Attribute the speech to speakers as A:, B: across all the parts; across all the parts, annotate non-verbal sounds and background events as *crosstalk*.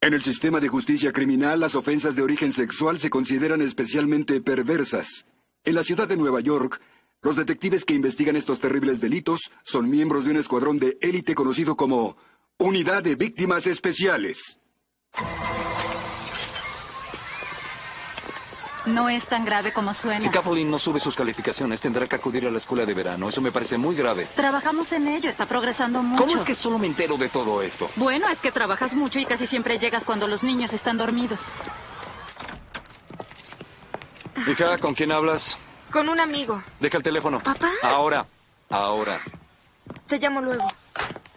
A: En el sistema de justicia criminal, las ofensas de origen sexual se consideran especialmente perversas. En la ciudad de Nueva York, los detectives que investigan estos terribles delitos son miembros de un escuadrón de élite conocido como Unidad de Víctimas Especiales.
B: No es tan grave como suena.
C: Si Kathleen no sube sus calificaciones, tendrá que acudir a la escuela de verano. Eso me parece muy grave.
B: Trabajamos en ello, está progresando mucho.
C: ¿Cómo es que solo me entero de todo esto?
B: Bueno, es que trabajas mucho y casi siempre llegas cuando los niños están dormidos.
C: Hija, ¿con quién hablas?
D: Con un amigo.
C: Deja el teléfono.
D: ¿Papá?
C: Ahora. Ahora.
D: Te llamo luego.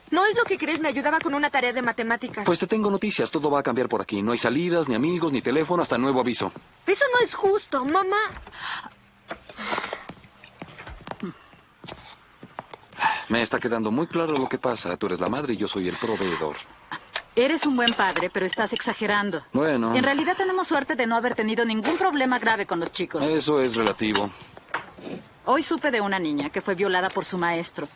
D: No es lo que crees, me ayudaba con una tarea de matemáticas.
C: Pues te tengo noticias, todo va a cambiar por aquí. No hay salidas, ni amigos, ni teléfono, hasta nuevo aviso.
D: Eso no es justo, mamá.
C: Me está quedando muy claro lo que pasa. Tú eres la madre y yo soy el proveedor.
B: Eres un buen padre, pero estás exagerando.
C: Bueno,
B: En realidad tenemos suerte de no haber tenido ningún problema grave con los chicos.
C: eso es relativo.
B: Hoy supe de una niña que fue violada por su maestro.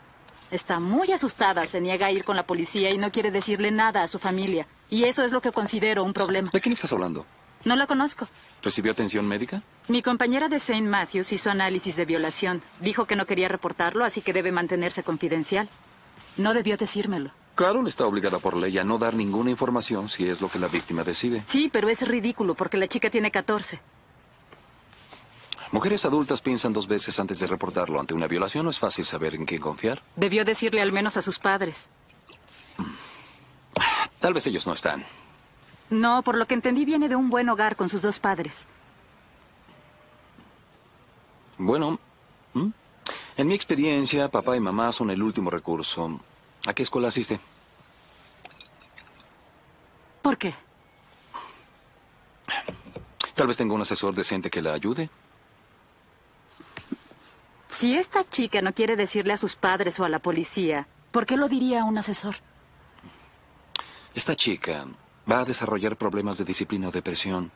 B: Está muy asustada, se niega a ir con la policía y no quiere decirle nada a su familia. Y eso es lo que considero un problema.
C: ¿De quién estás hablando?
B: No la conozco.
C: ¿Recibió atención médica?
B: Mi compañera de St. Matthews hizo análisis de violación. Dijo que no quería reportarlo, así que debe mantenerse confidencial. No debió decírmelo.
C: Carol está obligada por ley a no dar ninguna información si es lo que la víctima decide.
B: Sí, pero es ridículo porque la chica tiene 14.
C: Mujeres adultas piensan dos veces antes de reportarlo. Ante una violación no es fácil saber en quién confiar.
B: Debió decirle al menos a sus padres.
C: Tal vez ellos no están.
B: No, por lo que entendí, viene de un buen hogar con sus dos padres.
C: Bueno, ¿mm? en mi experiencia, papá y mamá son el último recurso. ¿A qué escuela asiste?
B: ¿Por qué?
C: Tal vez tenga un asesor decente que la ayude.
B: Si esta chica no quiere decirle a sus padres o a la policía, ¿por qué lo diría a un asesor?
C: Esta chica va a desarrollar problemas de disciplina o depresión.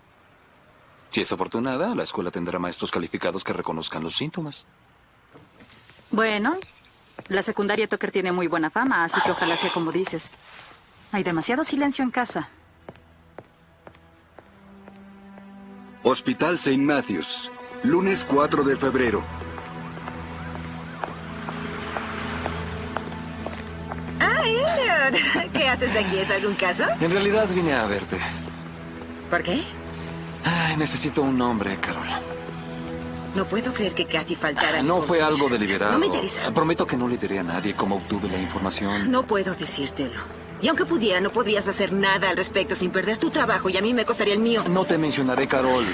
C: Si es afortunada, la escuela tendrá maestros calificados que reconozcan los síntomas.
B: Bueno, la secundaria Tucker tiene muy buena fama, así que ojalá sea como dices. Hay demasiado silencio en casa.
A: Hospital St. Matthews, lunes 4 de febrero.
E: Ah, Elliot. *laughs* ¿Qué haces aquí? ¿Es algún caso?
C: En realidad vine a verte.
E: ¿Por qué?
C: Ay, necesito un nombre, Carola.
E: No puedo creer que Kathy faltara.
C: Ah, No fue algo deliberado.
E: No me interesa.
C: Prometo que no le diré a nadie cómo obtuve la información.
E: No puedo decírtelo. Y aunque pudiera, no podrías hacer nada al respecto sin perder tu trabajo y a mí me costaría el mío.
C: No te mencionaré, Carol.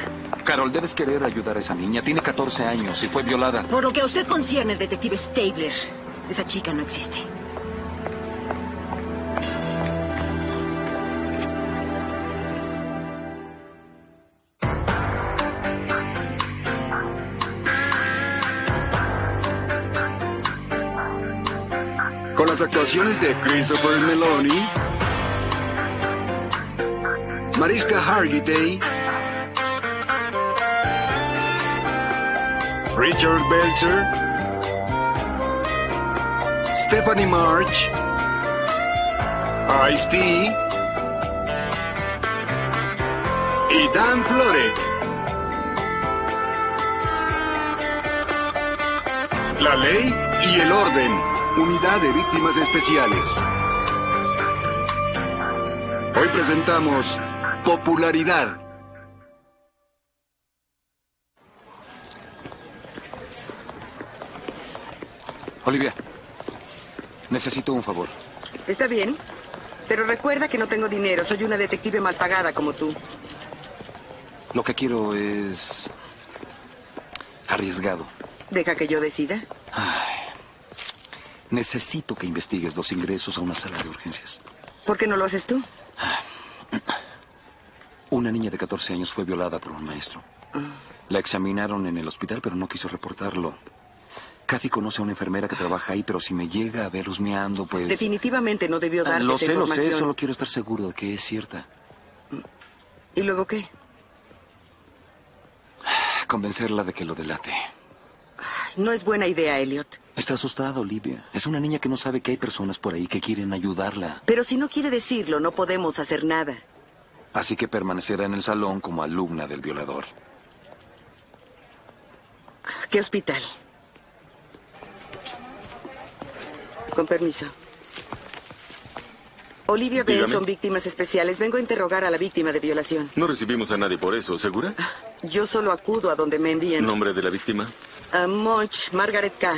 C: Carol, debes querer ayudar a esa niña. Tiene 14 años y fue violada.
E: Por lo que a usted concierne, detective Stabler, esa chica no existe.
A: Con las actuaciones de Christopher Meloni, Mariska Hargitay, Richard Belzer, Stephanie March, Ice-T y Dan Florek. La ley y el orden. Unidad de Víctimas Especiales. Hoy presentamos Popularidad.
C: Olivia, necesito un favor.
F: Está bien, pero recuerda que no tengo dinero. Soy una detective mal pagada como tú.
C: Lo que quiero es... arriesgado.
F: Deja que yo decida.
C: Ay. Necesito que investigues los ingresos a una sala de urgencias.
F: ¿Por qué no lo haces tú?
C: Una niña de 14 años fue violada por un maestro. La examinaron en el hospital, pero no quiso reportarlo. Kathy conoce a una enfermera que trabaja ahí, pero si me llega a ver husmeando, pues...
F: Definitivamente no debió darte
C: Ah, lo
F: esa
C: sé, lo sé,
F: información.
C: solo quiero estar seguro de que es cierta.
F: ¿Y luego qué?
C: Convencerla de que lo delate.
F: No es buena idea, Elliot.
C: Está asustada, Olivia. Es una niña que no sabe que hay personas por ahí que quieren ayudarla.
F: Pero si no quiere decirlo, no podemos hacer nada.
C: Así que permanecerá en el salón como alumna del violador.
F: ¿Qué hospital? Con permiso. Olivia Bell
G: Dígame.
F: son víctimas especiales. Vengo a interrogar a la víctima de violación.
G: No recibimos a nadie por eso, ¿segura?
H: Ah,
F: Yo solo acudo a donde me envíen.
G: ¿Nombre de la víctima?
F: A Monch, Margaret K.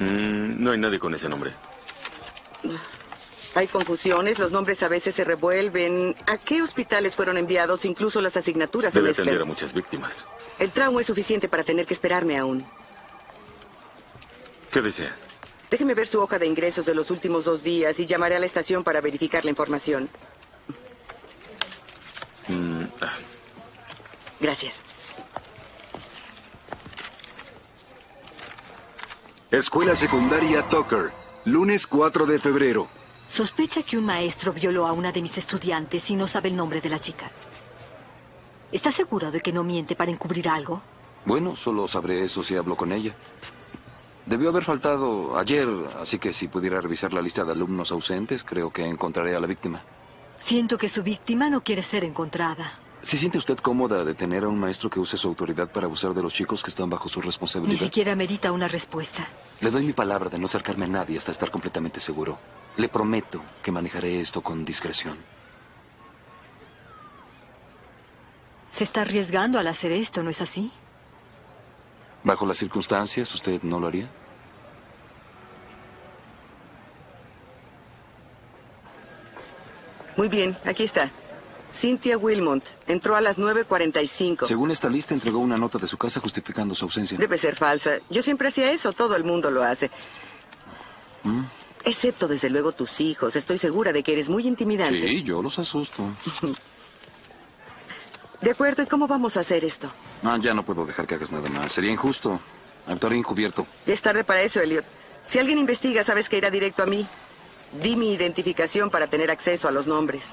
G: Mm, no hay nadie con ese nombre.
F: Hay confusiones, los nombres a veces se revuelven. ¿A qué hospitales fueron enviados? Incluso las asignaturas se
G: Debe atender a
F: mezclan.
G: muchas víctimas.
F: El trauma es suficiente para tener que esperarme aún.
G: ¿Qué desea?
F: Déjeme ver su hoja de ingresos de los últimos dos días y llamaré a la estación para verificar la información.
G: Mm, ah,
F: Gracias.
A: Escuela Secundaria Tucker, lunes 4 de febrero.
I: Sospecha que un maestro violó a una de mis estudiantes y no sabe el nombre de la chica. ¿Está seguro de que no miente para encubrir algo?
C: Bueno, solo sabré eso si hablo con ella. Debió haber faltado ayer, así que si pudiera revisar la lista de alumnos ausentes, creo que encontraré a la víctima.
I: Siento que su víctima no quiere ser encontrada.
C: ¿Se siente usted cómoda de tener a un maestro que use su autoridad para abusar de los chicos que están bajo su
I: Ni
C: responsabilidad?
I: siquiera merita una respuesta.
C: Le doy mi palabra de no acercarme a nadie hasta estar completamente seguro. Le prometo que manejaré esto con discreción.
I: Se está arriesgando al hacer esto, ¿no es así?
C: Bajo las circunstancias, ¿usted no lo haría?
F: Muy bien, aquí está. Cynthia Wilmont entró a las 9.45.
C: Según esta lista, entregó una nota de su casa justificando su ausencia.
F: Debe ser falsa. Yo siempre hacía eso, todo el mundo lo hace.
C: ¿Mm?
F: Excepto, desde luego, tus hijos. Estoy segura de que eres muy intimidante.
C: Sí, yo los asusto.
F: De acuerdo, ¿y cómo vamos a hacer esto?
C: Ah, ya no puedo dejar que hagas nada más. Sería injusto. Actuaré encubierto.
F: Ya es tarde para eso, Elliot. Si alguien investiga, sabes que irá directo a mí. Di mi identificación para tener acceso a los nombres.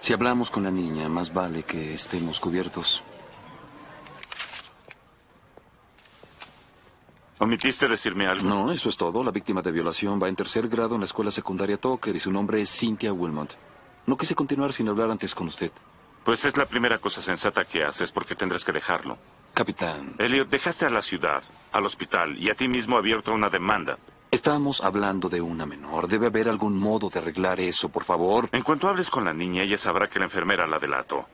C: Si hablamos con la niña, más vale que estemos cubiertos.
J: Omitiste decirme algo.
C: No, eso es todo. La víctima de violación va en tercer grado en la escuela secundaria Tucker y su nombre es Cynthia Wilmot. No quise continuar sin hablar antes con usted.
J: Pues es la primera cosa sensata que haces porque tendrás que dejarlo.
C: Capitán,
J: Elliot, dejaste a la ciudad, al hospital y a ti mismo abierto a una demanda.
C: estamos hablando de una menor. Debe haber algún modo de arreglar eso, por favor.
J: En cuanto hables con la niña, ella sabrá que la enfermera la delató.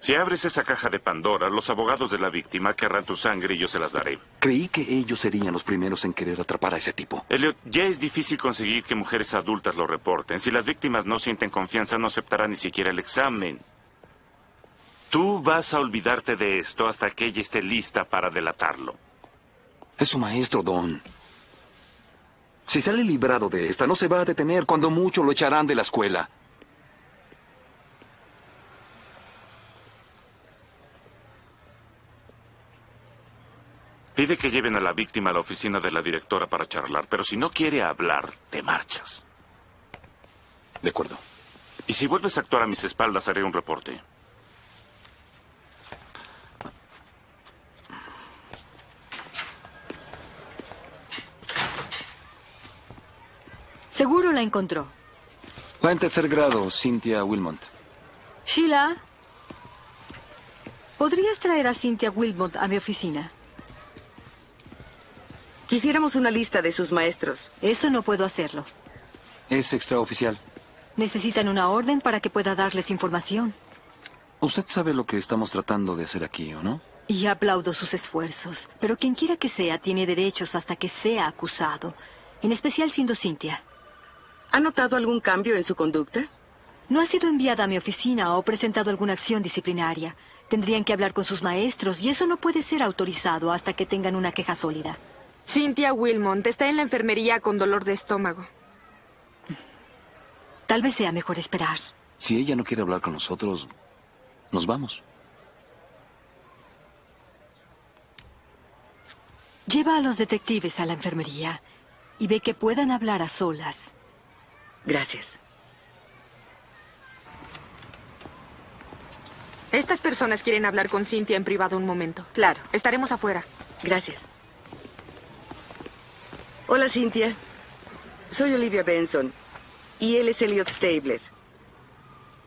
J: Si abres esa caja de Pandora, los abogados de la víctima querrán tu sangre y yo se las daré.
C: Creí que ellos serían los primeros en querer atrapar a ese tipo.
J: Elliot, ya es difícil conseguir que mujeres adultas lo reporten. Si las víctimas no sienten confianza, no aceptarán ni siquiera el examen. Tú vas a olvidarte de esto hasta que ella esté lista para delatarlo.
C: Es su maestro, Don. Si sale librado de esta, no se va a detener. Cuando mucho lo echarán de la escuela.
J: Pide que lleven a la víctima a la oficina de la directora para charlar, pero si no quiere hablar, te marchas.
C: De acuerdo.
J: Y si vuelves a actuar a mis espaldas, haré un reporte.
I: Seguro la encontró.
C: Va en tercer grado, Cynthia Wilmont.
I: Sheila, ¿podrías traer a Cynthia Wilmot a mi oficina?
F: Quisiéramos una lista de sus maestros.
I: Eso no puedo hacerlo.
C: Es extraoficial.
I: Necesitan una orden para que pueda darles información.
C: Usted sabe lo que estamos tratando de hacer aquí, ¿o no?
I: Y aplaudo sus esfuerzos. Pero quien quiera que sea tiene derechos hasta que sea acusado. En especial siendo Cintia.
F: ¿Ha notado algún cambio en su conducta?
I: No ha sido enviada a mi oficina o presentado alguna acción disciplinaria. Tendrían que hablar con sus maestros y eso no puede ser autorizado hasta que tengan una queja sólida.
D: Cynthia Wilmont está en la enfermería con dolor de estómago.
I: Tal vez sea mejor esperar.
C: Si ella no quiere hablar con nosotros, nos vamos.
I: Lleva a los detectives a la enfermería y ve que puedan hablar a solas.
F: Gracias.
D: Estas personas quieren hablar con Cynthia en privado un momento.
F: Claro,
D: Estaremos afuera.
F: gracias. Hola, Cintia. Soy Olivia Benson. Y él es Elliot Stables.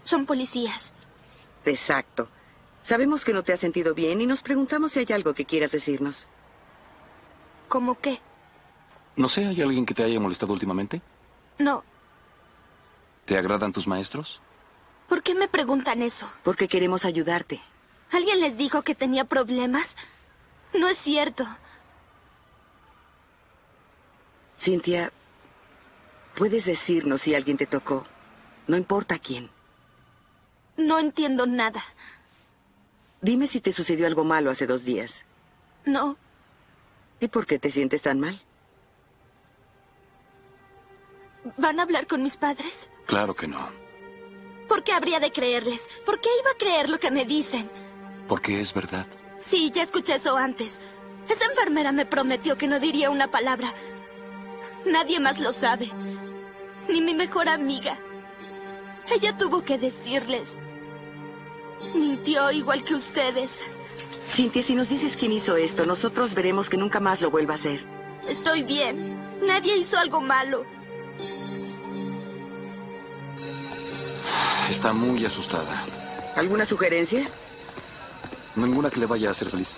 D: Son policías.
F: Exacto. Sabemos que no te has sentido bien y nos preguntamos si hay algo que quieras decirnos.
D: ¿Cómo qué?
C: No sé, ¿hay alguien que te haya molestado últimamente?
D: No.
C: ¿Te agradan tus maestros?
D: ¿Por qué me preguntan eso?
F: Porque queremos ayudarte.
D: ¿Alguien les dijo que tenía problemas? No es cierto.
F: Cintia, puedes decirnos si alguien te tocó. No importa quién.
D: No entiendo nada.
F: Dime si te sucedió algo malo hace dos días.
D: No,
F: ¿Y por qué te sientes tan mal?
D: ¿van a hablar con mis padres?
C: Claro que no.
D: ¿Por qué habría de creerles? ¿Por qué iba a creer lo que me dicen?
C: Porque es verdad.
D: Sí, ya escuché eso antes. Esa enfermera me prometió que no diría una palabra. Nadie más lo sabe. Ni mi mejor amiga. Ella tuvo que decirles. Mintió igual que ustedes.
F: Cintia, si nos dices quién hizo esto, nosotros veremos que nunca más lo vuelva a hacer.
D: Estoy bien. Nadie hizo algo malo.
C: Está muy asustada.
F: ¿Alguna sugerencia?
C: Ninguna que le vaya a hacer feliz.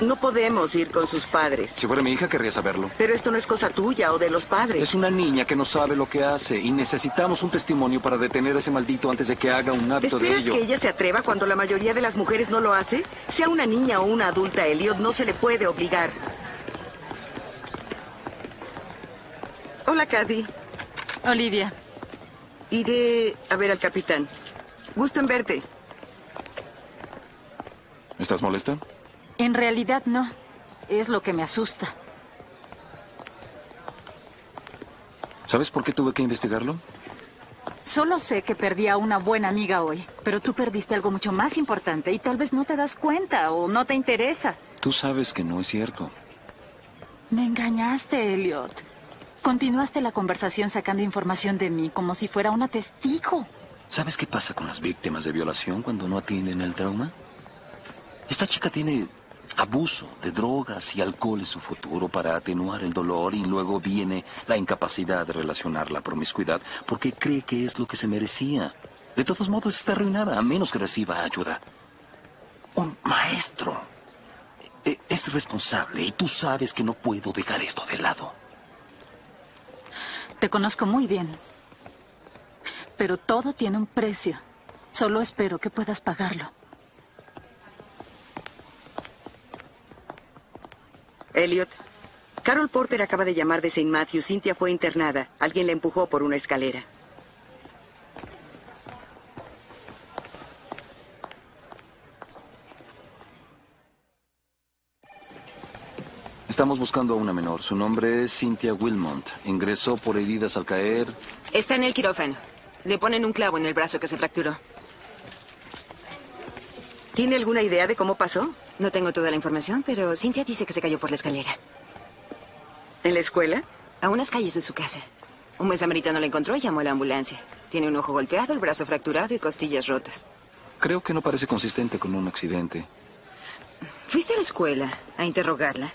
F: No podemos ir con sus padres.
C: Si fuera mi hija, querría saberlo.
F: Pero esto no es cosa tuya o de los padres.
C: Es una niña que no sabe lo que hace y necesitamos un testimonio para detener a ese maldito antes de que haga un hábito de
F: ¿Esperas
C: ello.
F: que ella se atreva cuando la mayoría de las mujeres no lo hace? Sea una niña o una adulta, Elliot, no se le puede obligar. Hola, Caddy.
B: Olivia,
F: Iré a ver al capitán. Gusto en verte.
C: ¿Estás molesta?
B: en realidad no. Es lo que me asusta.
C: ¿Sabes por qué tuve que investigarlo?
B: Solo sé que perdí a una buena amiga hoy, pero tú perdiste algo mucho más importante y tal vez no te das cuenta o no te interesa.
C: Tú sabes que no es cierto.
B: Me engañaste, Elliot. Continuaste la conversación sacando información de mí como si fuera una testigo.
C: ¿Sabes qué pasa con las víctimas de violación cuando no atienden el trauma? Esta chica tiene abuso de drogas y alcohol en su futuro para atenuar el dolor y luego viene la incapacidad de relacionar la promiscuidad porque cree que es lo que se merecía. De todos modos está arruinada a menos que reciba ayuda. Un maestro e- es responsable y tú sabes que no puedo dejar esto de lado.
B: Te conozco muy bien. Pero todo tiene un precio. Solo espero que puedas pagarlo.
F: Elliot. Carol Porter acaba de llamar de St. Matthew. Cynthia fue internada. Alguien la empujó por una escalera.
C: Estamos buscando a una menor. Su nombre es Cynthia Wilmont. Ingresó por heridas al caer.
E: Está en el quirófano. Le ponen un clavo en el brazo que se fracturó.
F: ¿Tiene alguna idea de cómo pasó?
E: No tengo toda la información, pero Cintia dice que se cayó por la escalera.
F: ¿En la escuela?
E: A unas calles de su casa. Un mes samaritano la encontró y llamó a la ambulancia. Tiene un ojo golpeado, el brazo fracturado y costillas rotas.
C: Creo que no parece consistente con un accidente.
E: ¿Fuiste a la escuela a interrogarla?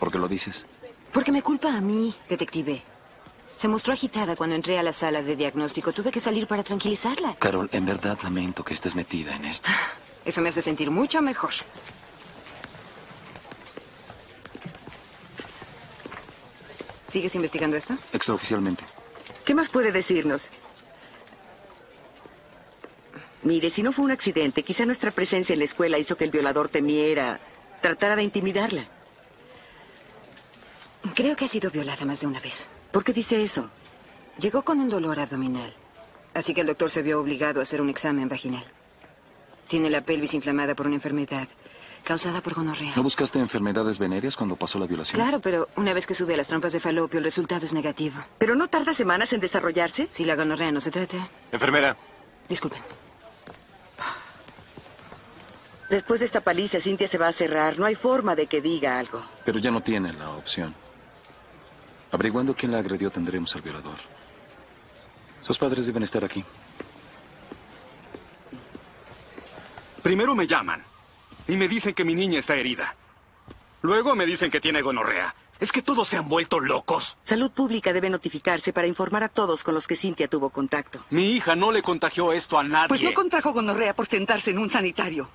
C: ¿Por qué lo dices?
E: Porque me culpa a mí, detective. Se mostró agitada cuando entré a la sala de diagnóstico. Tuve que salir para tranquilizarla.
C: Carol, en verdad lamento que estés metida en esto.
E: Eso me hace sentir mucho mejor. ¿Sigues investigando esto?
C: Extraoficialmente.
F: ¿Qué más puede decirnos? Mire, si no fue un accidente, quizá nuestra presencia en la escuela hizo que el violador temiera, tratara de intimidarla.
E: Creo que ha sido violada más de una vez.
F: ¿Por qué dice eso?
E: Llegó con un dolor abdominal. Así que el doctor se vio obligado a hacer un examen vaginal. Tiene la pelvis inflamada por una enfermedad causada por gonorrea.
C: ¿No buscaste enfermedades venéreas cuando pasó la violación?
E: Claro, pero una vez que sube a las trompas de falopio, el resultado es negativo.
F: ¿Pero no tarda semanas en desarrollarse?
E: Si la gonorrea no se trata,
J: Enfermera,
E: disculpen.
F: Después de esta paliza, Cintia se va a cerrar. No hay forma de que diga algo.
C: Pero ya no tiene la opción. Averiguando quién la agredió, tendremos al violador. Sus padres deben estar aquí.
K: Primero me llaman y me dicen que mi niña está herida. Luego me dicen que tiene gonorrea.
L: ¿Es que todos se han vuelto locos?
F: Salud Pública debe notificarse para informar a todos con los que Cintia tuvo contacto.
L: Mi hija no le contagió esto a nadie.
H: Pues no contrajo gonorrea por sentarse en un sanitario.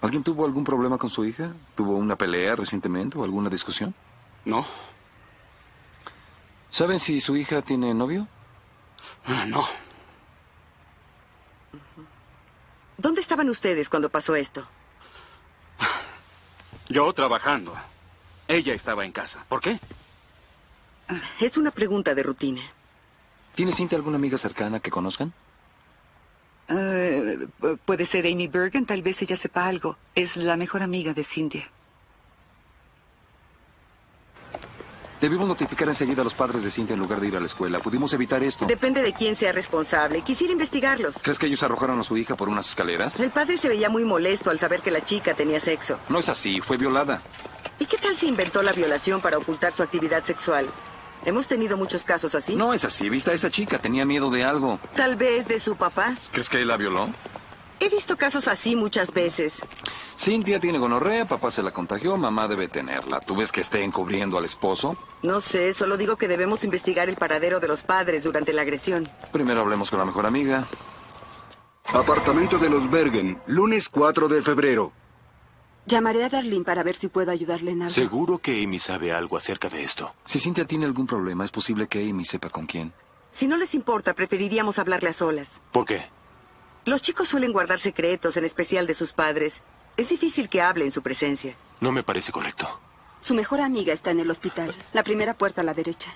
C: ¿Alguien tuvo algún problema con su hija? ¿Tuvo una pelea recientemente o alguna discusión?
L: No.
C: ¿Saben si su hija tiene novio?
L: Ah, No.
F: ¿Dónde estaban ustedes cuando pasó esto?
L: Yo trabajando. Ella estaba en casa. ¿Por qué?
H: Ah.
F: Es una pregunta de rutina.
C: ¿Tiene Cintia alguna amiga cercana que conozcan?
H: Eh, puede ser Amy Bergen, tal vez ella sepa algo. Es la mejor amiga de Cintia.
C: Debimos notificar enseguida a los padres de Cintia en lugar de ir a la escuela. Pudimos evitar esto.
F: Depende de quién sea responsable. Quisiera investigarlos.
C: ¿Crees que ellos arrojaron a su hija por unas escaleras?
F: El padre se veía muy molesto al saber que la chica tenía sexo.
C: No es así, fue violada.
F: ¿Y qué tal se inventó la violación para ocultar su actividad sexual? Hemos tenido muchos casos así.
C: No es así, viste a esa chica, tenía miedo de algo.
F: Tal vez de su papá.
C: ¿Crees que él la violó?
F: He visto casos así muchas veces.
C: Cintia tiene gonorrea, papá se la contagió, mamá debe tenerla. ¿Tú ves que esté encubriendo al esposo?
F: No sé, solo digo que debemos investigar el paradero de los padres durante la agresión.
C: Primero hablemos con la mejor amiga.
A: Apartamento de los Bergen, lunes 4 de febrero.
E: Llamaré a Darlene para ver si puedo ayudarle en algo.
J: Seguro que Amy sabe algo acerca de esto.
C: Si Cintia tiene algún problema, es posible que Amy sepa con quién.
F: Si no les importa, preferiríamos hablarle a solas.
J: ¿Por qué?
F: Los chicos suelen guardar secretos, en especial de sus padres. Es difícil que hable en su presencia.
J: No me parece correcto.
E: Su mejor amiga está en el hospital. La primera puerta a la derecha.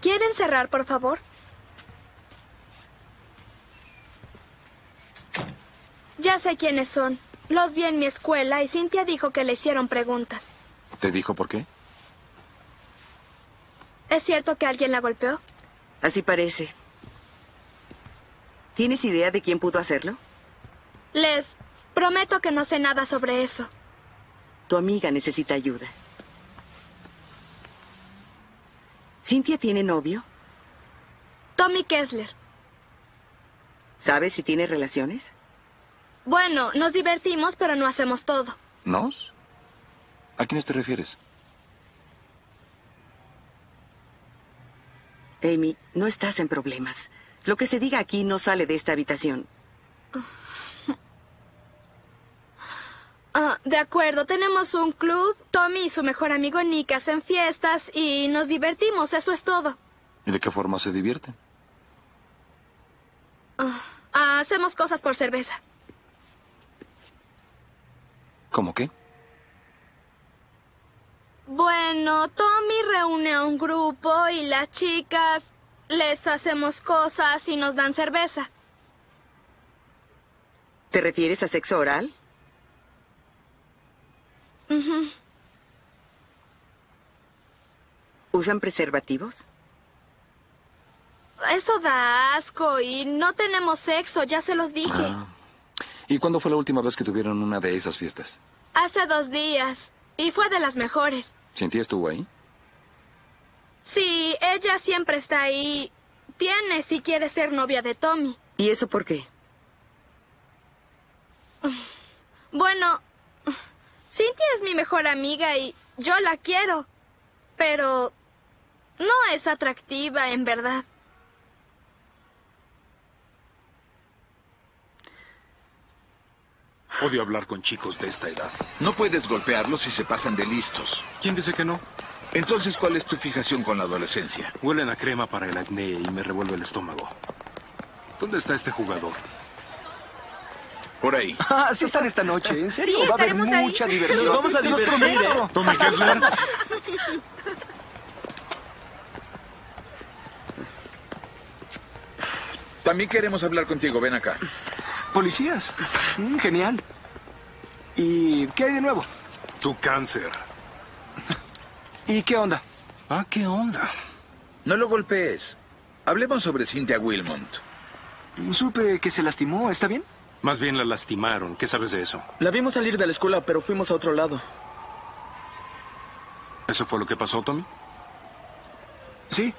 M: ¿Quieren cerrar, por favor? Ya sé quiénes son. Los vi en mi escuela y Cintia dijo que le hicieron preguntas.
C: ¿Te dijo por qué?
M: ¿Es cierto que alguien la golpeó?
F: Así parece. ¿Tienes idea de quién pudo hacerlo?
M: Les prometo que no sé nada sobre eso.
F: Tu amiga necesita ayuda. ¿Cintia tiene novio?
M: Tommy Kessler.
F: ¿Sabes si tiene relaciones?
M: Bueno, nos divertimos, pero no hacemos todo.
C: ¿Nos? ¿A quiénes te refieres?
F: Amy, no estás en problemas. Lo que se diga aquí no sale de esta habitación.
M: Ah, de acuerdo, tenemos un club. Tommy y su mejor amigo Nick hacen fiestas y nos divertimos, eso es todo.
C: ¿Y de qué forma se divierten?
M: Ah, hacemos cosas por cerveza.
C: ¿Cómo qué?
M: Bueno, Tommy reúne a un grupo y las chicas les hacemos cosas y nos dan cerveza.
F: ¿Te refieres a sexo oral?
M: Ujú.
F: ¿Usan preservativos?
M: Eso da asco y no tenemos sexo, ya se los dije.
C: Ah. ¿Y cuándo fue la última vez que tuvieron una de esas fiestas?
M: Hace dos días y fue de las mejores.
C: ¿Cintia estuvo ahí?
M: Sí, ella siempre está ahí. Tiene si quiere ser novia de Tommy.
F: ¿Y eso por qué?
M: Bueno, Cynthia es mi mejor amiga y yo la quiero. Pero no es atractiva, en verdad.
N: Odio hablar con chicos de esta edad. No puedes golpearlos si se pasan de listos.
O: ¿Quién dice que no?
N: Entonces, ¿cuál es tu fijación con la adolescencia?
O: Huelen a crema para el acné y me revuelve el estómago. ¿Dónde está este jugador?
N: Por ahí.
L: Ah, sí están esta noche, en serio.
M: Sí,
L: Va a haber
M: estaremos ahí.
L: mucha diversión.
M: Nos
L: vamos a divertir. ¿eh?
O: Tommy Kessler.
N: También queremos hablar contigo, ven acá.
L: Policías. Mm, genial. ¿Y qué hay de nuevo?
O: Tu cáncer.
L: ¿Y qué onda?
O: Ah, ¿qué onda?
N: No lo golpees. Hablemos sobre Cynthia Wilmont.
L: Supe que se lastimó, ¿está bien?
O: Más bien la lastimaron. ¿Qué sabes de eso?
P: La vimos salir de la escuela, pero fuimos a otro lado.
O: ¿Eso fue lo que pasó, Tommy?
N: Sí.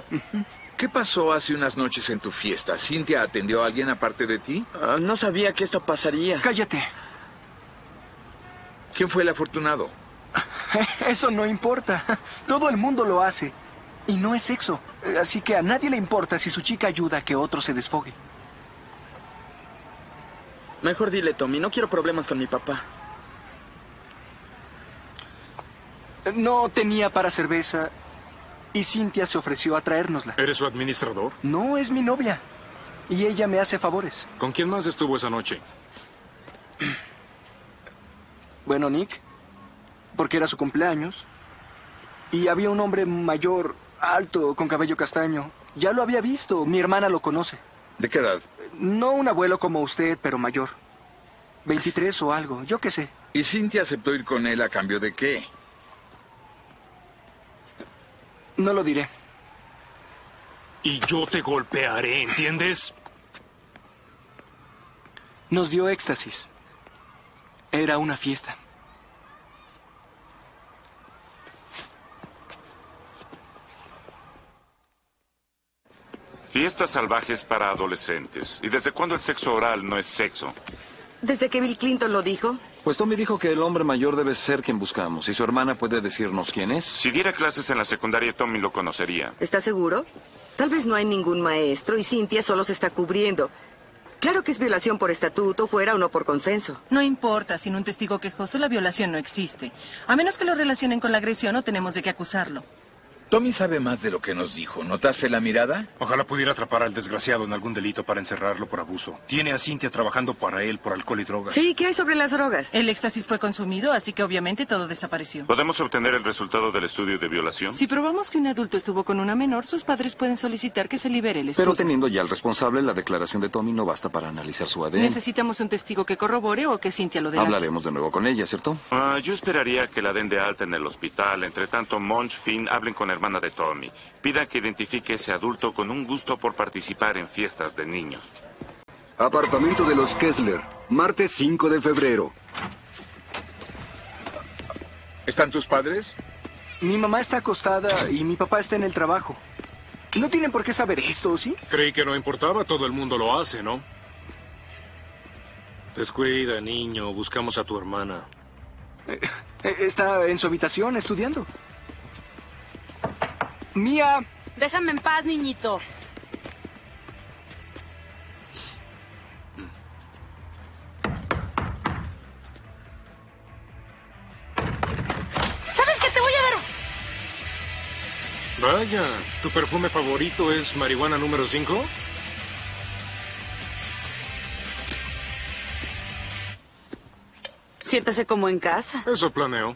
N: ¿Qué pasó hace unas noches en tu fiesta? ¿Cintia atendió a alguien aparte de ti?
P: Ah, no sabía que esto pasaría.
L: Cállate.
N: ¿Quién fue el afortunado?
L: *laughs* Eso no importa. Todo el mundo lo hace. Y no es sexo. Así que a nadie le importa si su chica ayuda a que otro se desfogue.
P: Mejor dile, Tommy, no quiero problemas con mi papá.
L: No tenía para cerveza y Cintia se ofreció a traérnosla.
Q: ¿Eres su administrador?
L: No es mi novia. Y ella me hace favores.
Q: ¿Con quién más estuvo esa noche?
L: Bueno, Nick, porque era su cumpleaños. Y había un hombre mayor, alto, con cabello castaño. Ya lo había visto, mi hermana lo conoce.
N: ¿De qué edad?
L: No un abuelo como usted, pero mayor. 23 o algo, yo qué sé.
N: ¿Y Cintia aceptó ir con él a cambio de qué?
L: No lo diré.
Q: Y yo te golpearé, ¿entiendes?
L: Nos dio éxtasis. Era una fiesta.
J: Fiestas salvajes para adolescentes. ¿Y desde cuándo el sexo oral no es sexo?
F: Desde que Bill Clinton lo dijo,
C: Pues Tommy dijo que el hombre mayor debe ser quien buscamos. ¿Y su hermana puede decirnos quién es?
J: Si diera clases en la secundaria, Tommy lo conocería.
F: ¿estás seguro? Tal vez no hay ningún maestro y Cintia solo se está cubriendo. Claro que es violación por estatuto, fuera o no por consenso.
R: No importa, sin un testigo quejoso la violación no existe. A menos que lo relacionen con la agresión, no tenemos de qué acusarlo.
N: Tommy sabe más de lo que nos dijo. ¿Notaste la mirada?
Q: Ojalá pudiera atrapar al desgraciado en algún delito para encerrarlo por abuso. Tiene a Cintia trabajando para él por alcohol y drogas.
R: Sí, ¿qué hay sobre las drogas? El éxtasis fue consumido, así que obviamente todo desapareció.
J: ¿Podemos obtener el resultado del estudio de violación?
R: Si probamos que un adulto estuvo con una menor, sus padres pueden solicitar que se libere el estudio.
C: Pero teniendo ya al responsable, la declaración de Tommy no basta para analizar su ADN.
R: Necesitamos un testigo que corrobore o que Cintia lo delante.
C: Hablaremos de nuevo con ella, ¿cierto?
J: Ah, yo esperaría que la den de alta en el hospital. Entre tanto, Monch, Finn, hablen con la hermana de Tommy. Pidan que identifique ese adulto con un gusto por participar en fiestas de niños.
A: Apartamento de los Kessler, martes 5 de febrero.
N: ¿Están tus padres?
L: Mi mamá está acostada y mi papá está en el trabajo. No tienen por qué saber esto, ¿sí?
Q: Creí que no importaba, todo el mundo lo hace, ¿no? Descuida, niño, buscamos a tu
N: *laughs*
Q: hermana.
L: Eh, Está en su habitación estudiando. Mía,
S: Déjame en paz, niñito. ¿Sabes qué? Te voy a dar...
Q: Vaya, ¿tu perfume favorito es marihuana número 5?
S: Siéntase como en casa.
Q: Eso planeo.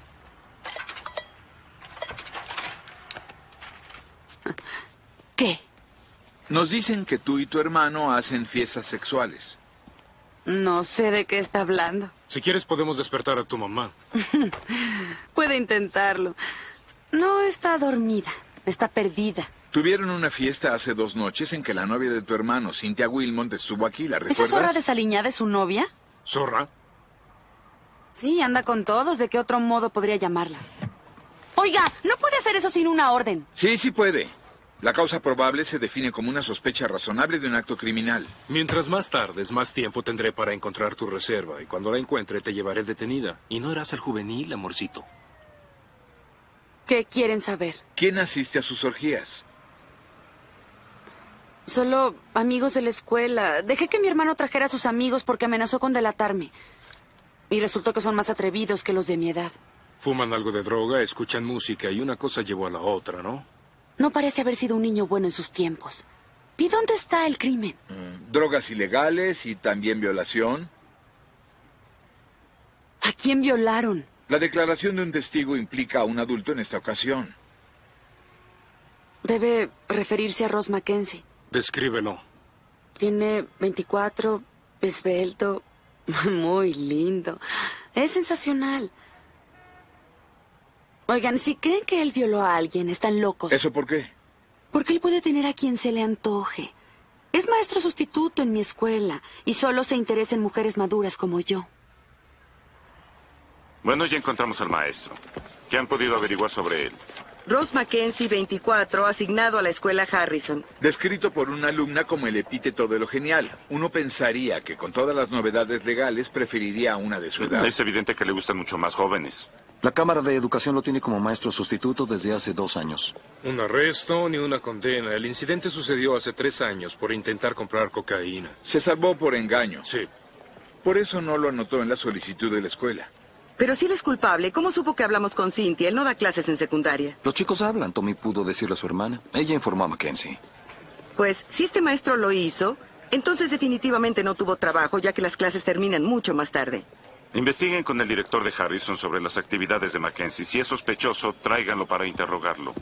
S: ¿Qué?
N: Nos dicen que tú y tu hermano hacen fiestas sexuales.
S: No sé de qué está hablando.
Q: Si quieres podemos despertar a tu mamá.
S: Puede intentarlo. No está dormida, está perdida.
N: Tuvieron una fiesta hace dos noches en que la novia de tu hermano, Cynthia Wilmont, estuvo aquí, ¿la
S: ¿Esa zorra
N: recuerdas?
S: desaliñada es su novia?
Q: ¿Zorra?
S: Sí, anda con todos. ¿De qué otro modo podría llamarla? Oiga, no puede hacer eso sin una orden.
N: Sí, sí puede. La causa probable se define como una sospecha razonable de un acto criminal.
Q: Mientras más tardes, más tiempo tendré para encontrar tu reserva y cuando la encuentre te llevaré detenida. Y no eras el juvenil, amorcito.
S: ¿Qué quieren saber?
N: ¿Quién asiste a sus orgías?
S: Solo amigos de la escuela. Dejé que mi hermano trajera a sus amigos porque amenazó con delatarme. Y resultó que son más atrevidos que los de mi edad.
Q: Fuman algo de droga, escuchan música y una cosa llevó a la otra, ¿no?
S: No parece haber sido un niño bueno en sus tiempos. ¿Y dónde está el crimen?
N: Drogas ilegales y también violación.
S: ¿A quién violaron?
N: La declaración de un testigo implica a un adulto en esta ocasión.
S: Debe referirse a Ross Mackenzie.
Q: Descríbelo.
S: Tiene 24, esbelto, *laughs* muy lindo. Es sensacional. Oigan, si creen que él violó a alguien, están locos.
N: ¿Eso por qué?
S: Porque él puede tener a quien se le antoje. Es maestro sustituto en mi escuela y solo se interesa en mujeres maduras como yo.
J: Bueno, ya encontramos al maestro. ¿Qué han podido averiguar sobre él?
F: Ross Mackenzie, 24, asignado a la escuela Harrison.
N: Descrito por una alumna como el epíteto de lo genial. Uno pensaría que con todas las novedades legales preferiría a una de su edad.
J: Es evidente que le gustan mucho más jóvenes.
C: La Cámara de Educación lo tiene como maestro sustituto desde hace dos años.
Q: Un arresto ni una condena. El incidente sucedió hace tres años por intentar comprar cocaína.
N: Se salvó por engaño.
Q: Sí.
N: Por eso no lo anotó en la solicitud de la escuela.
F: Pero si él es culpable, ¿cómo supo que hablamos con Cynthia? Él no da clases en secundaria.
C: Los chicos hablan, Tommy pudo decirle a su hermana. Ella informó a Mackenzie.
F: Pues, si este maestro lo hizo, entonces definitivamente no tuvo trabajo, ya que las clases terminan mucho más tarde.
J: Investiguen con el director de Harrison sobre las actividades de Mackenzie. Si es sospechoso, tráiganlo para interrogarlo.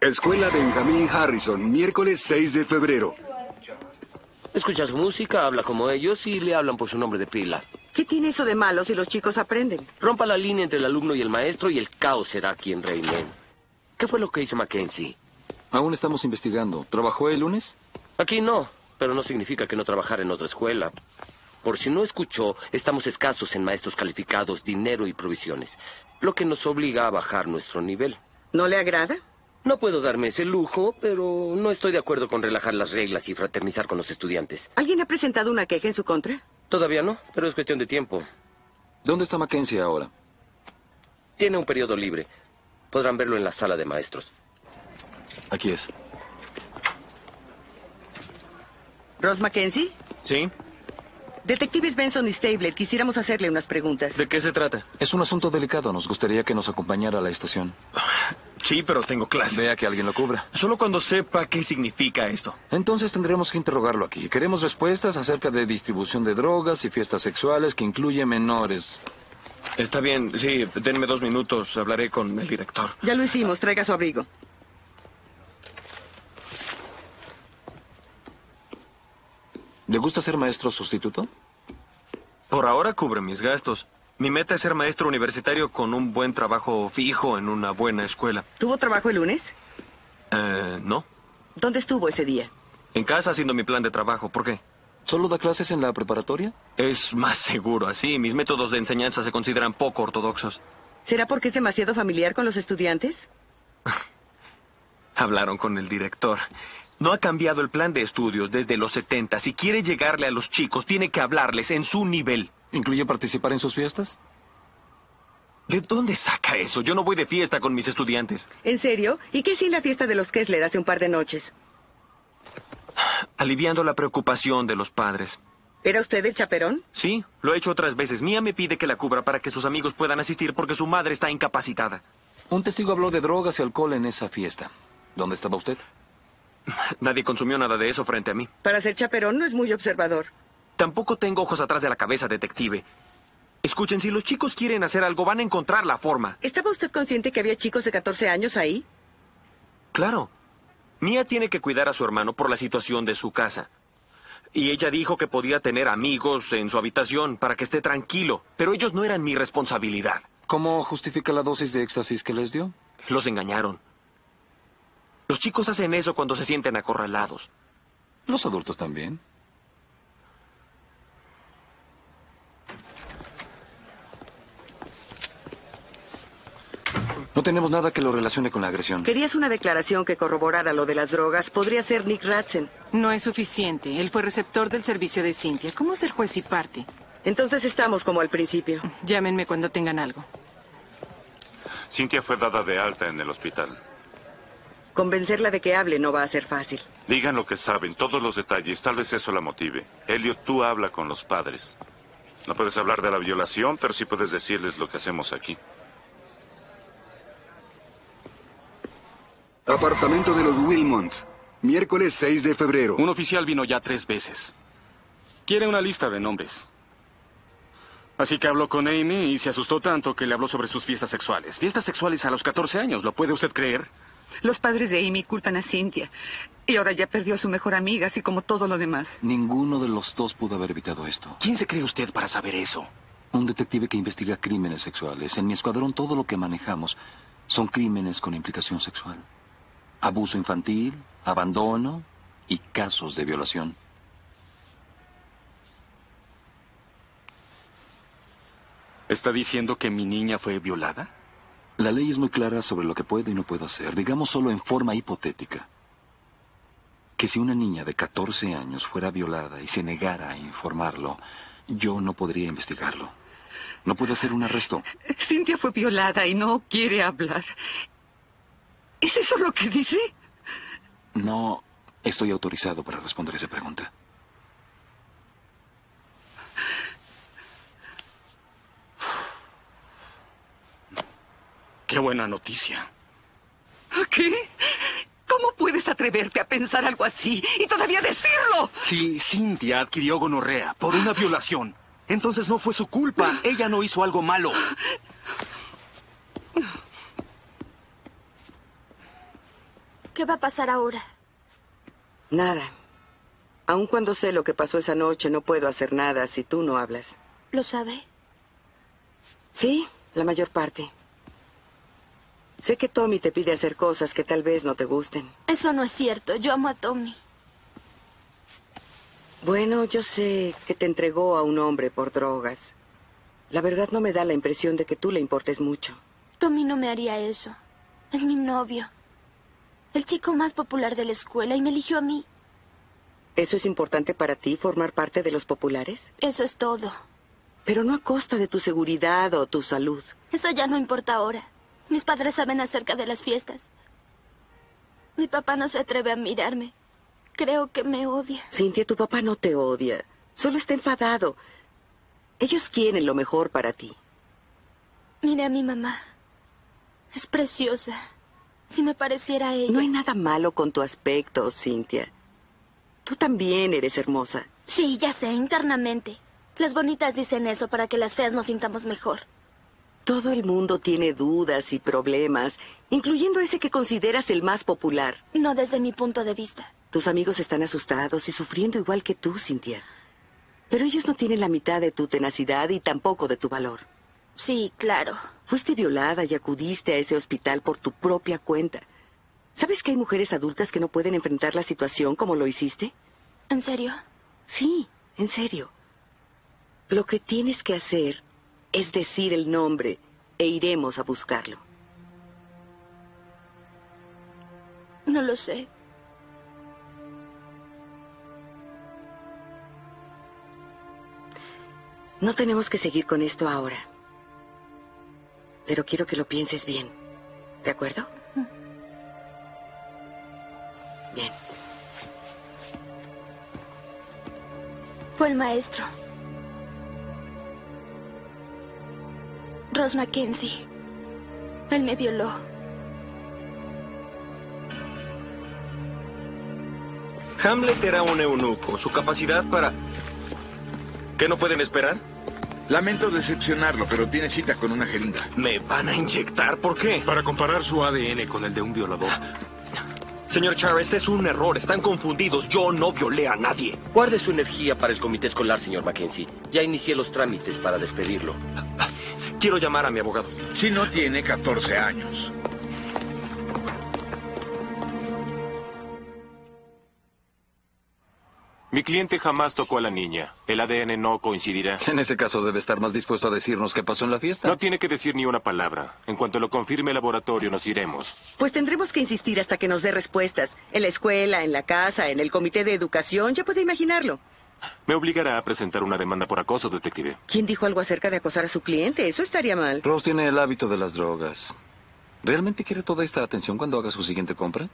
A: Escuela Benjamín Harrison, miércoles 6 de febrero.
T: Escucha su música, habla como ellos y le hablan por su nombre de pila.
F: ¿Qué tiene eso de malo si los chicos aprenden?
T: Rompa la línea entre el alumno y el maestro y el caos será quien reine. ¿Qué fue lo que hizo Mackenzie?
C: Aún estamos investigando. ¿Trabajó el lunes?
T: Aquí no, pero no significa que no trabajara en otra escuela. Por si no escuchó, estamos escasos en maestros calificados, dinero y provisiones, lo que nos obliga a bajar nuestro nivel.
F: ¿No le agrada?
T: No puedo darme ese lujo, pero no estoy de acuerdo con relajar las reglas y fraternizar con los estudiantes.
F: ¿Alguien ha presentado una queja en su contra?
T: Todavía no, pero es cuestión de tiempo.
C: ¿Dónde está Mackenzie ahora?
T: Tiene un periodo libre. Podrán verlo en la sala de maestros.
C: Aquí es.
F: ¿Ross Mackenzie?
U: Sí.
F: Detectives Benson y Stable, quisiéramos hacerle unas preguntas.
U: ¿De qué se trata?
C: Es un asunto delicado. Nos gustaría que nos acompañara a la estación.
U: Sí, pero tengo clases.
C: Vea que alguien lo cubra.
U: Solo cuando sepa qué significa esto.
C: Entonces tendremos que interrogarlo aquí. Queremos respuestas acerca de distribución de drogas y fiestas sexuales que incluye menores.
U: Está bien, sí, denme dos minutos. Hablaré con el director.
F: Ya lo hicimos, traiga su abrigo.
C: ¿Le gusta ser maestro sustituto?
U: Por ahora cubre mis gastos. Mi meta es ser maestro universitario con un buen trabajo fijo en una buena escuela.
F: ¿Tuvo trabajo el lunes?
U: Eh, no.
F: ¿Dónde estuvo ese día?
U: En casa haciendo mi plan de trabajo. ¿Por qué?
C: ¿Solo da clases en la preparatoria?
U: Es más seguro así. Mis métodos de enseñanza se consideran poco ortodoxos.
F: ¿Será porque es demasiado familiar con los estudiantes?
U: Hablaron con el director. No ha cambiado el plan de estudios desde los 70. Si quiere llegarle a los chicos, tiene que hablarles en su nivel.
C: ¿Incluye participar en sus fiestas?
U: ¿De dónde saca eso? Yo no voy de fiesta con mis estudiantes.
F: ¿En serio? ¿Y qué sin la fiesta de los Kessler hace un par de noches?
U: Aliviando la preocupación de los padres.
F: ¿Era usted el chaperón?
U: Sí, lo he hecho otras veces. Mía me pide que la cubra para que sus amigos puedan asistir porque su madre está incapacitada.
C: Un testigo habló de drogas y alcohol en esa fiesta. ¿Dónde estaba usted?
U: Nadie consumió nada de eso frente a mí.
F: Para ser chaperón no es muy observador.
U: Tampoco tengo ojos atrás de la cabeza, detective. Escuchen, si los chicos quieren hacer algo, van a encontrar la forma.
F: ¿Estaba usted consciente que había chicos de 14 años ahí?
U: Claro. Mia tiene que cuidar a su hermano por la situación de su casa. Y ella dijo que podía tener amigos en su habitación para que esté tranquilo, pero ellos no eran mi responsabilidad.
C: ¿Cómo justifica la dosis de éxtasis que les dio?
U: Los engañaron. Los chicos hacen eso cuando se sienten acorralados.
C: Los adultos Pues también. No tenemos nada que lo relacione con la agresión.
F: Querías una declaración que corroborara lo de las drogas. Podría ser Nick Ratzen.
R: No es suficiente. Él fue receptor del servicio de Cintia. ¿Cómo ser juez y parte?
F: Entonces estamos como al principio.
R: Llámenme cuando tengan algo.
J: Cintia fue dada de alta en el hospital.
F: Convencerla de que hable no va a ser fácil.
J: Digan lo que saben, todos los detalles, tal vez eso la motive. Elliot, tú habla con los padres. No puedes hablar de la violación, pero sí puedes decirles lo que hacemos aquí.
A: Apartamento de los Wilmont, miércoles 6 de febrero.
V: Un oficial vino ya tres veces. Quiere una lista de nombres. Así que habló con Amy y se asustó tanto que le habló sobre sus fiestas sexuales. Fiestas sexuales a los 14 años, ¿lo puede usted creer?
W: Los padres de Amy culpan a Cynthia. Y ahora ya perdió a su mejor amiga, así como todo lo demás.
C: Ninguno de los dos pudo haber evitado esto.
V: ¿Quién se cree usted para saber eso?
C: Un detective que investiga crímenes sexuales. En mi escuadrón todo lo que manejamos son crímenes con implicación sexual. Abuso infantil, abandono y casos de violación.
V: ¿Está diciendo que mi niña fue violada?
C: La ley es muy clara sobre lo que puedo y no puedo hacer. Digamos solo en forma hipotética. Que si una niña de 14 años fuera violada y se negara a informarlo, yo no podría investigarlo. No puedo hacer un arresto.
W: Cintia fue violada y no quiere hablar. ¿Es eso lo que dice?
C: No estoy autorizado para responder esa pregunta.
V: Qué buena noticia.
W: ¿Qué? ¿Cómo puedes atreverte a pensar algo así y todavía decirlo?
V: Si Cintia adquirió gonorrea por una violación, entonces no fue su culpa. Ella no hizo algo malo.
D: ¿Qué va a pasar ahora?
F: Nada. Aun cuando sé lo que pasó esa noche, no puedo hacer nada si tú no hablas.
D: ¿Lo sabe?
F: Sí, la mayor parte. Sé que Tommy te pide hacer cosas que tal vez no te gusten.
D: Eso no es cierto. Yo amo a Tommy.
F: Bueno, yo sé que te entregó a un hombre por drogas. La verdad no me da la impresión de que tú le importes mucho.
D: Tommy no me haría eso. Es mi novio. El chico más popular de la escuela y me eligió a mí.
F: ¿Eso es importante para ti, formar parte de los populares?
D: Eso es todo.
F: Pero no a costa de tu seguridad o tu salud.
D: Eso ya no importa ahora. Mis padres saben acerca de las fiestas. Mi papá no se atreve a mirarme. Creo que me odia.
F: Cintia, tu papá no te odia. Solo está enfadado. Ellos quieren lo mejor para ti.
D: Mire a mi mamá. Es preciosa. Si me pareciera a ella.
F: No hay nada malo con tu aspecto, Cintia. Tú también eres hermosa.
D: Sí, ya sé, internamente. Las bonitas dicen eso para que las feas nos sintamos mejor.
F: Todo el mundo tiene dudas y problemas, incluyendo ese que consideras el más popular.
D: No desde mi punto de vista.
F: Tus amigos están asustados y sufriendo igual que tú, Cintia. Pero ellos no tienen la mitad de tu tenacidad y tampoco de tu valor.
D: Sí, claro.
F: Fuiste violada y acudiste a ese hospital por tu propia cuenta. ¿Sabes que hay mujeres adultas que no pueden enfrentar la situación como lo hiciste?
D: ¿En serio?
F: Sí, en serio. Lo que tienes que hacer es decir el nombre e iremos a buscarlo.
D: No lo sé.
F: No tenemos que seguir con esto ahora. Pero quiero que lo pienses bien. ¿De acuerdo? Bien.
D: Fue el maestro. Ross Mackenzie. Él me violó.
U: Hamlet era un eunuco. Su capacidad para... ¿Qué no pueden esperar?
N: Lamento decepcionarlo, pero tiene cita con una jeringa.
U: ¿Me van a inyectar? ¿Por qué?
Q: Para comparar su ADN con el de un violador.
U: Señor Char, este es un error. Están confundidos. Yo no violé a nadie.
T: Guarde su energía para el comité escolar, señor Mackenzie. Ya inicié los trámites para despedirlo.
U: Quiero llamar a mi abogado.
N: Si no tiene 14 años.
G: Mi cliente jamás tocó a la niña. El ADN no coincidirá.
C: En ese caso debe estar más dispuesto a decirnos qué pasó en la fiesta.
G: No tiene que decir ni una palabra. En cuanto lo confirme el laboratorio, nos iremos.
F: Pues tendremos que insistir hasta que nos dé respuestas. En la escuela, en la casa, en el comité de educación, ya puede imaginarlo.
G: Me obligará a presentar una demanda por acoso, detective.
F: ¿Quién dijo algo acerca de acosar a su cliente? Eso estaría mal.
C: Ross tiene el hábito de las drogas. ¿Realmente quiere toda esta atención cuando haga su siguiente compra?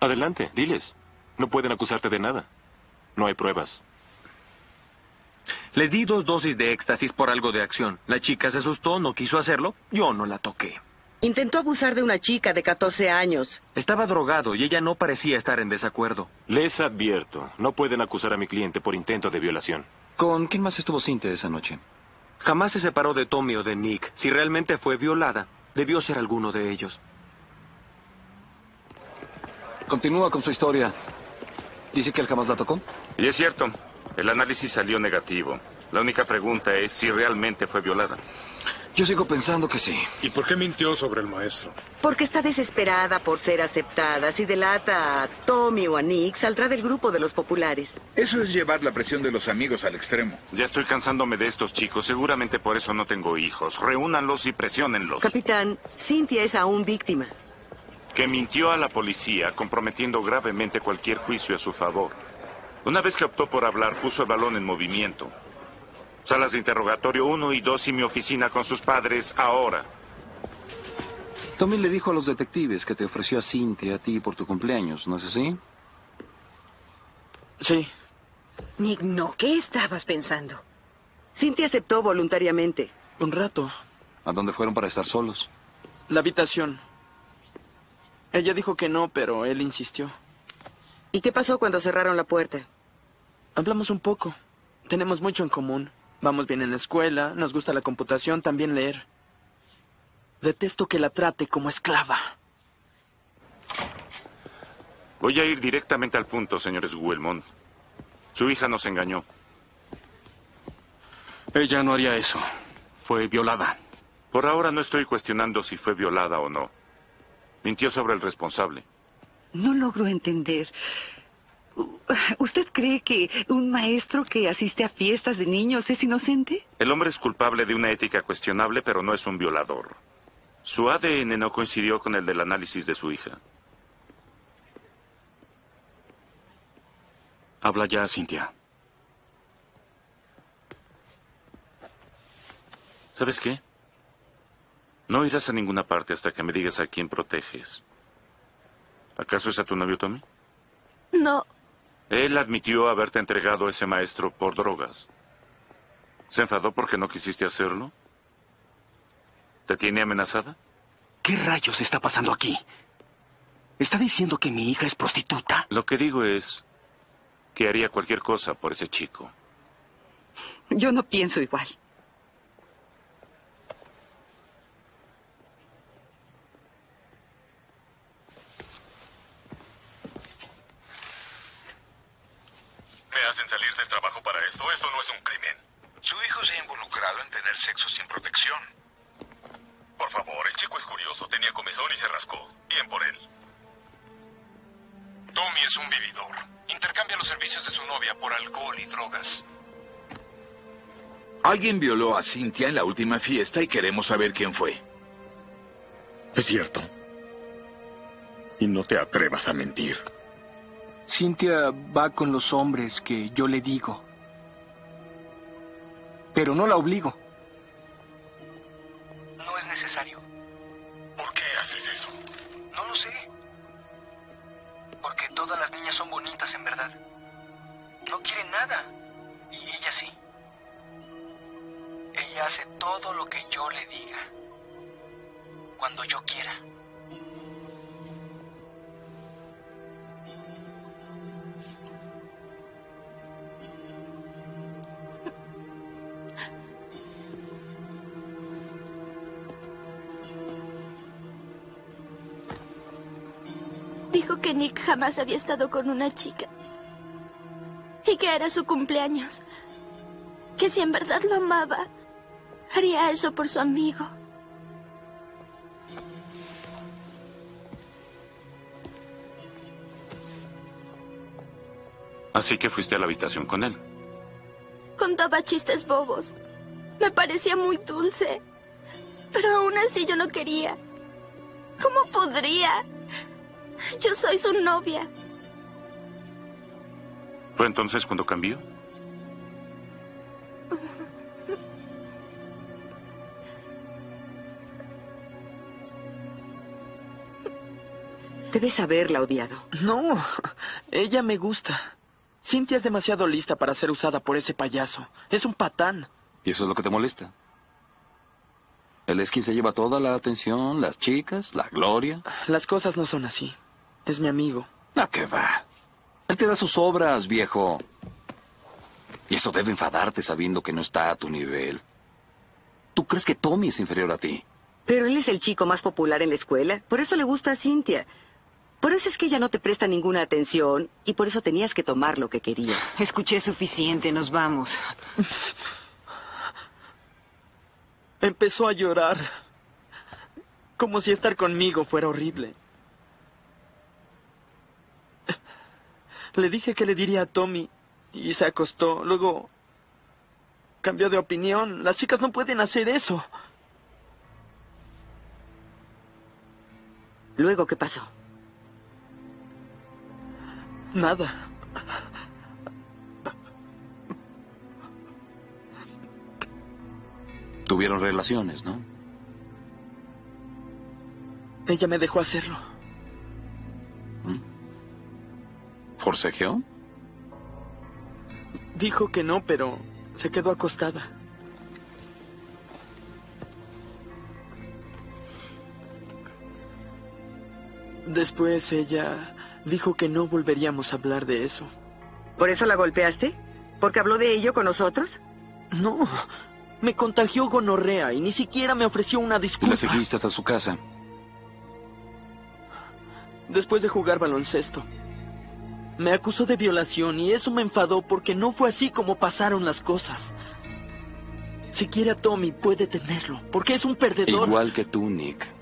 G: Adelante, diles. No pueden acusarte de nada. No hay pruebas.
U: Les di dos dosis de éxtasis por algo de acción. La chica se asustó, no quiso hacerlo. Yo no la toqué.
F: Intentó abusar de una chica de 14 años.
U: Estaba drogado y ella no parecía estar en desacuerdo.
G: Les advierto, no pueden acusar a mi cliente por intento de violación.
C: ¿Con quién más estuvo Cintia esa noche?
U: Jamás se separó de Tommy o de Nick. Si realmente fue violada, debió ser alguno de ellos.
C: Continúa con su historia. Dice que él jamás la tocó.
J: Y es cierto, el análisis salió negativo. La única pregunta es si realmente fue violada.
K: Yo sigo pensando que sí. ¿Y por qué mintió sobre el maestro?
F: Porque está desesperada por ser aceptada. Si delata a Tommy o a Nick, saldrá del grupo de los populares.
N: Eso es llevar la presión de los amigos al extremo.
J: Ya estoy cansándome de estos chicos. Seguramente por eso no tengo hijos. Reúnanlos y presiónenlos.
F: Capitán, Cynthia es aún víctima.
J: Que mintió a la policía, comprometiendo gravemente cualquier juicio a su favor. Una vez que optó por hablar, puso el balón en movimiento. Salas de interrogatorio 1 y 2 y mi oficina con sus padres ahora.
C: Tommy le dijo a los detectives que te ofreció a Cintia a ti por tu cumpleaños, ¿no es así?
P: Sí.
E: Nick, no, ¿qué estabas pensando?
F: Cintia aceptó voluntariamente.
P: Un rato.
C: ¿A dónde fueron para estar solos?
P: La habitación. Ella dijo que no, pero él insistió.
F: ¿Y qué pasó cuando cerraron la puerta?
P: Hablamos un poco. Tenemos mucho en común. Vamos bien en la escuela, nos gusta la computación, también leer. Detesto que la trate como esclava.
J: Voy a ir directamente al punto, señores Wilmont. Su hija nos engañó.
V: Ella no haría eso. Fue violada.
J: Por ahora no estoy cuestionando si fue violada o no. Mintió sobre el responsable.
W: No logro entender. ¿Usted cree que un maestro que asiste a fiestas de niños es inocente?
J: El hombre es culpable de una ética cuestionable, pero no es un violador. Su ADN no coincidió con el del análisis de su hija.
V: Habla ya, Cintia.
J: ¿Sabes qué? No irás a ninguna parte hasta que me digas a quién proteges. ¿Acaso es a tu novio Tommy?
D: No,
J: Él admitió haberte entregado ese maestro por drogas. ¿Se enfadó porque no quisiste hacerlo? ¿Te tiene amenazada?
I: ¿Qué rayos está pasando aquí? ¿Está diciendo que mi hija es prostituta?
J: Ah, Lo que digo es que haría cualquier cosa por ese chico.
W: Yo no pienso igual.
X: Me hacen salir del trabajo para esto. Esto no es un crimen. Su hijo se ha involucrado en tener sexo sin protección. Por favor, el chico es curioso. Tenía comezón y se rascó. Bien por él. Tommy es un vividor. Intercambia los servicios de su novia por alcohol y drogas.
N: Alguien violó a Cintia en la última fiesta y queremos saber quién fue.
X: Es cierto. Y no te atrevas a mentir.
L: Cintia va con los hombres que yo le digo. Pero no la obligo.
X: No es necesario. ¿Por qué haces eso?
Y: No lo sé. Porque todas las niñas son bonitas en verdad. No quieren nada. Y ella sí. Ella hace todo lo que yo le diga. Cuando yo quiera.
D: Dijo que Nick jamás había estado con una chica. Y que era su cumpleaños. Que si en verdad lo amaba, haría eso por su amigo.
J: Así que fuiste a la habitación con él.
D: Contaba chistes bobos. Me parecía muy dulce. Pero aún así yo no quería. ¿Cómo podría? Yo soy su novia.
J: ¿Fue entonces cuando cambió?
F: Debes haberla odiado.
P: No, *laughs* ella me gusta. Cintia es demasiado lista para ser usada por ese payaso. Es un patán.
C: ¿Y eso es lo que te molesta? Él es quien se lleva toda la atención, las chicas, la gloria.
P: Las cosas no son así. Es mi amigo.
C: ¿A qué va? Él te da sus obras, viejo. Y eso debe enfadarte sabiendo que no está a tu nivel. ¿Tú crees que Tommy es inferior a ti?
F: Pero él es el chico más popular en la escuela. Por eso le gusta a Cintia. Por eso es que ella no te presta ninguna atención y por eso tenías que tomar lo que querías.
E: Escuché suficiente, nos vamos.
P: Empezó a llorar. Como si estar conmigo fuera horrible. Le dije que le diría a Tommy y se acostó. Luego cambió de opinión. Las chicas no pueden hacer eso.
F: Luego, ¿qué pasó?
P: Nada.
C: Tuvieron relaciones, ¿no?
P: Ella me dejó hacerlo.
C: ¿Forcejeó?
P: Dijo que no, pero se quedó acostada. Después ella dijo que no volveríamos a hablar de eso.
F: ¿Por eso la golpeaste? ¿Porque habló de ello con nosotros?
P: No, me contagió gonorrea y ni siquiera me ofreció una
C: Y
P: disculpa.
C: la seguiste hasta su casa.
P: Después de jugar baloncesto, me acusó de violación y eso me enfadó porque no fue así como pasaron las cosas. Siquiera Tommy puede tenerlo, porque es un perdedor.
C: Igual que tú, Nick.